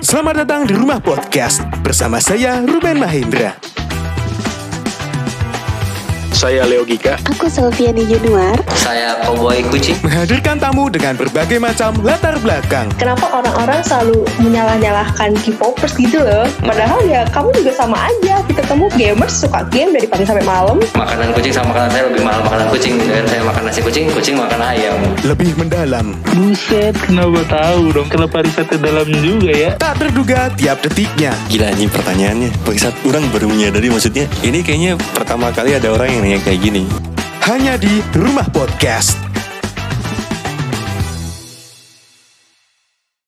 Selamat datang di Rumah Podcast bersama saya Ruben Mahendra. Saya Leo Gika. Aku Selviani Januar. Saya Cowboy Kucing. Menghadirkan tamu dengan berbagai macam latar belakang. Kenapa orang-orang selalu menyalah-nyalahkan K-popers gitu loh? Padahal ya kamu juga sama aja. Kita temu gamers suka game dari pagi sampai malam. Makanan kucing sama makanan saya lebih mahal makanan kucing. Dan saya makan nasi kucing, kucing makan ayam. Lebih mendalam, Buset, kenapa tahu dong? Kenapa risetnya dalam juga ya? tak terduga tiap detiknya. Gila ini pertanyaannya. Bagi saat orang baru menyadari maksudnya ini kayaknya pertama kali ada orang yang nanya kayak gini. Hanya di Rumah Podcast.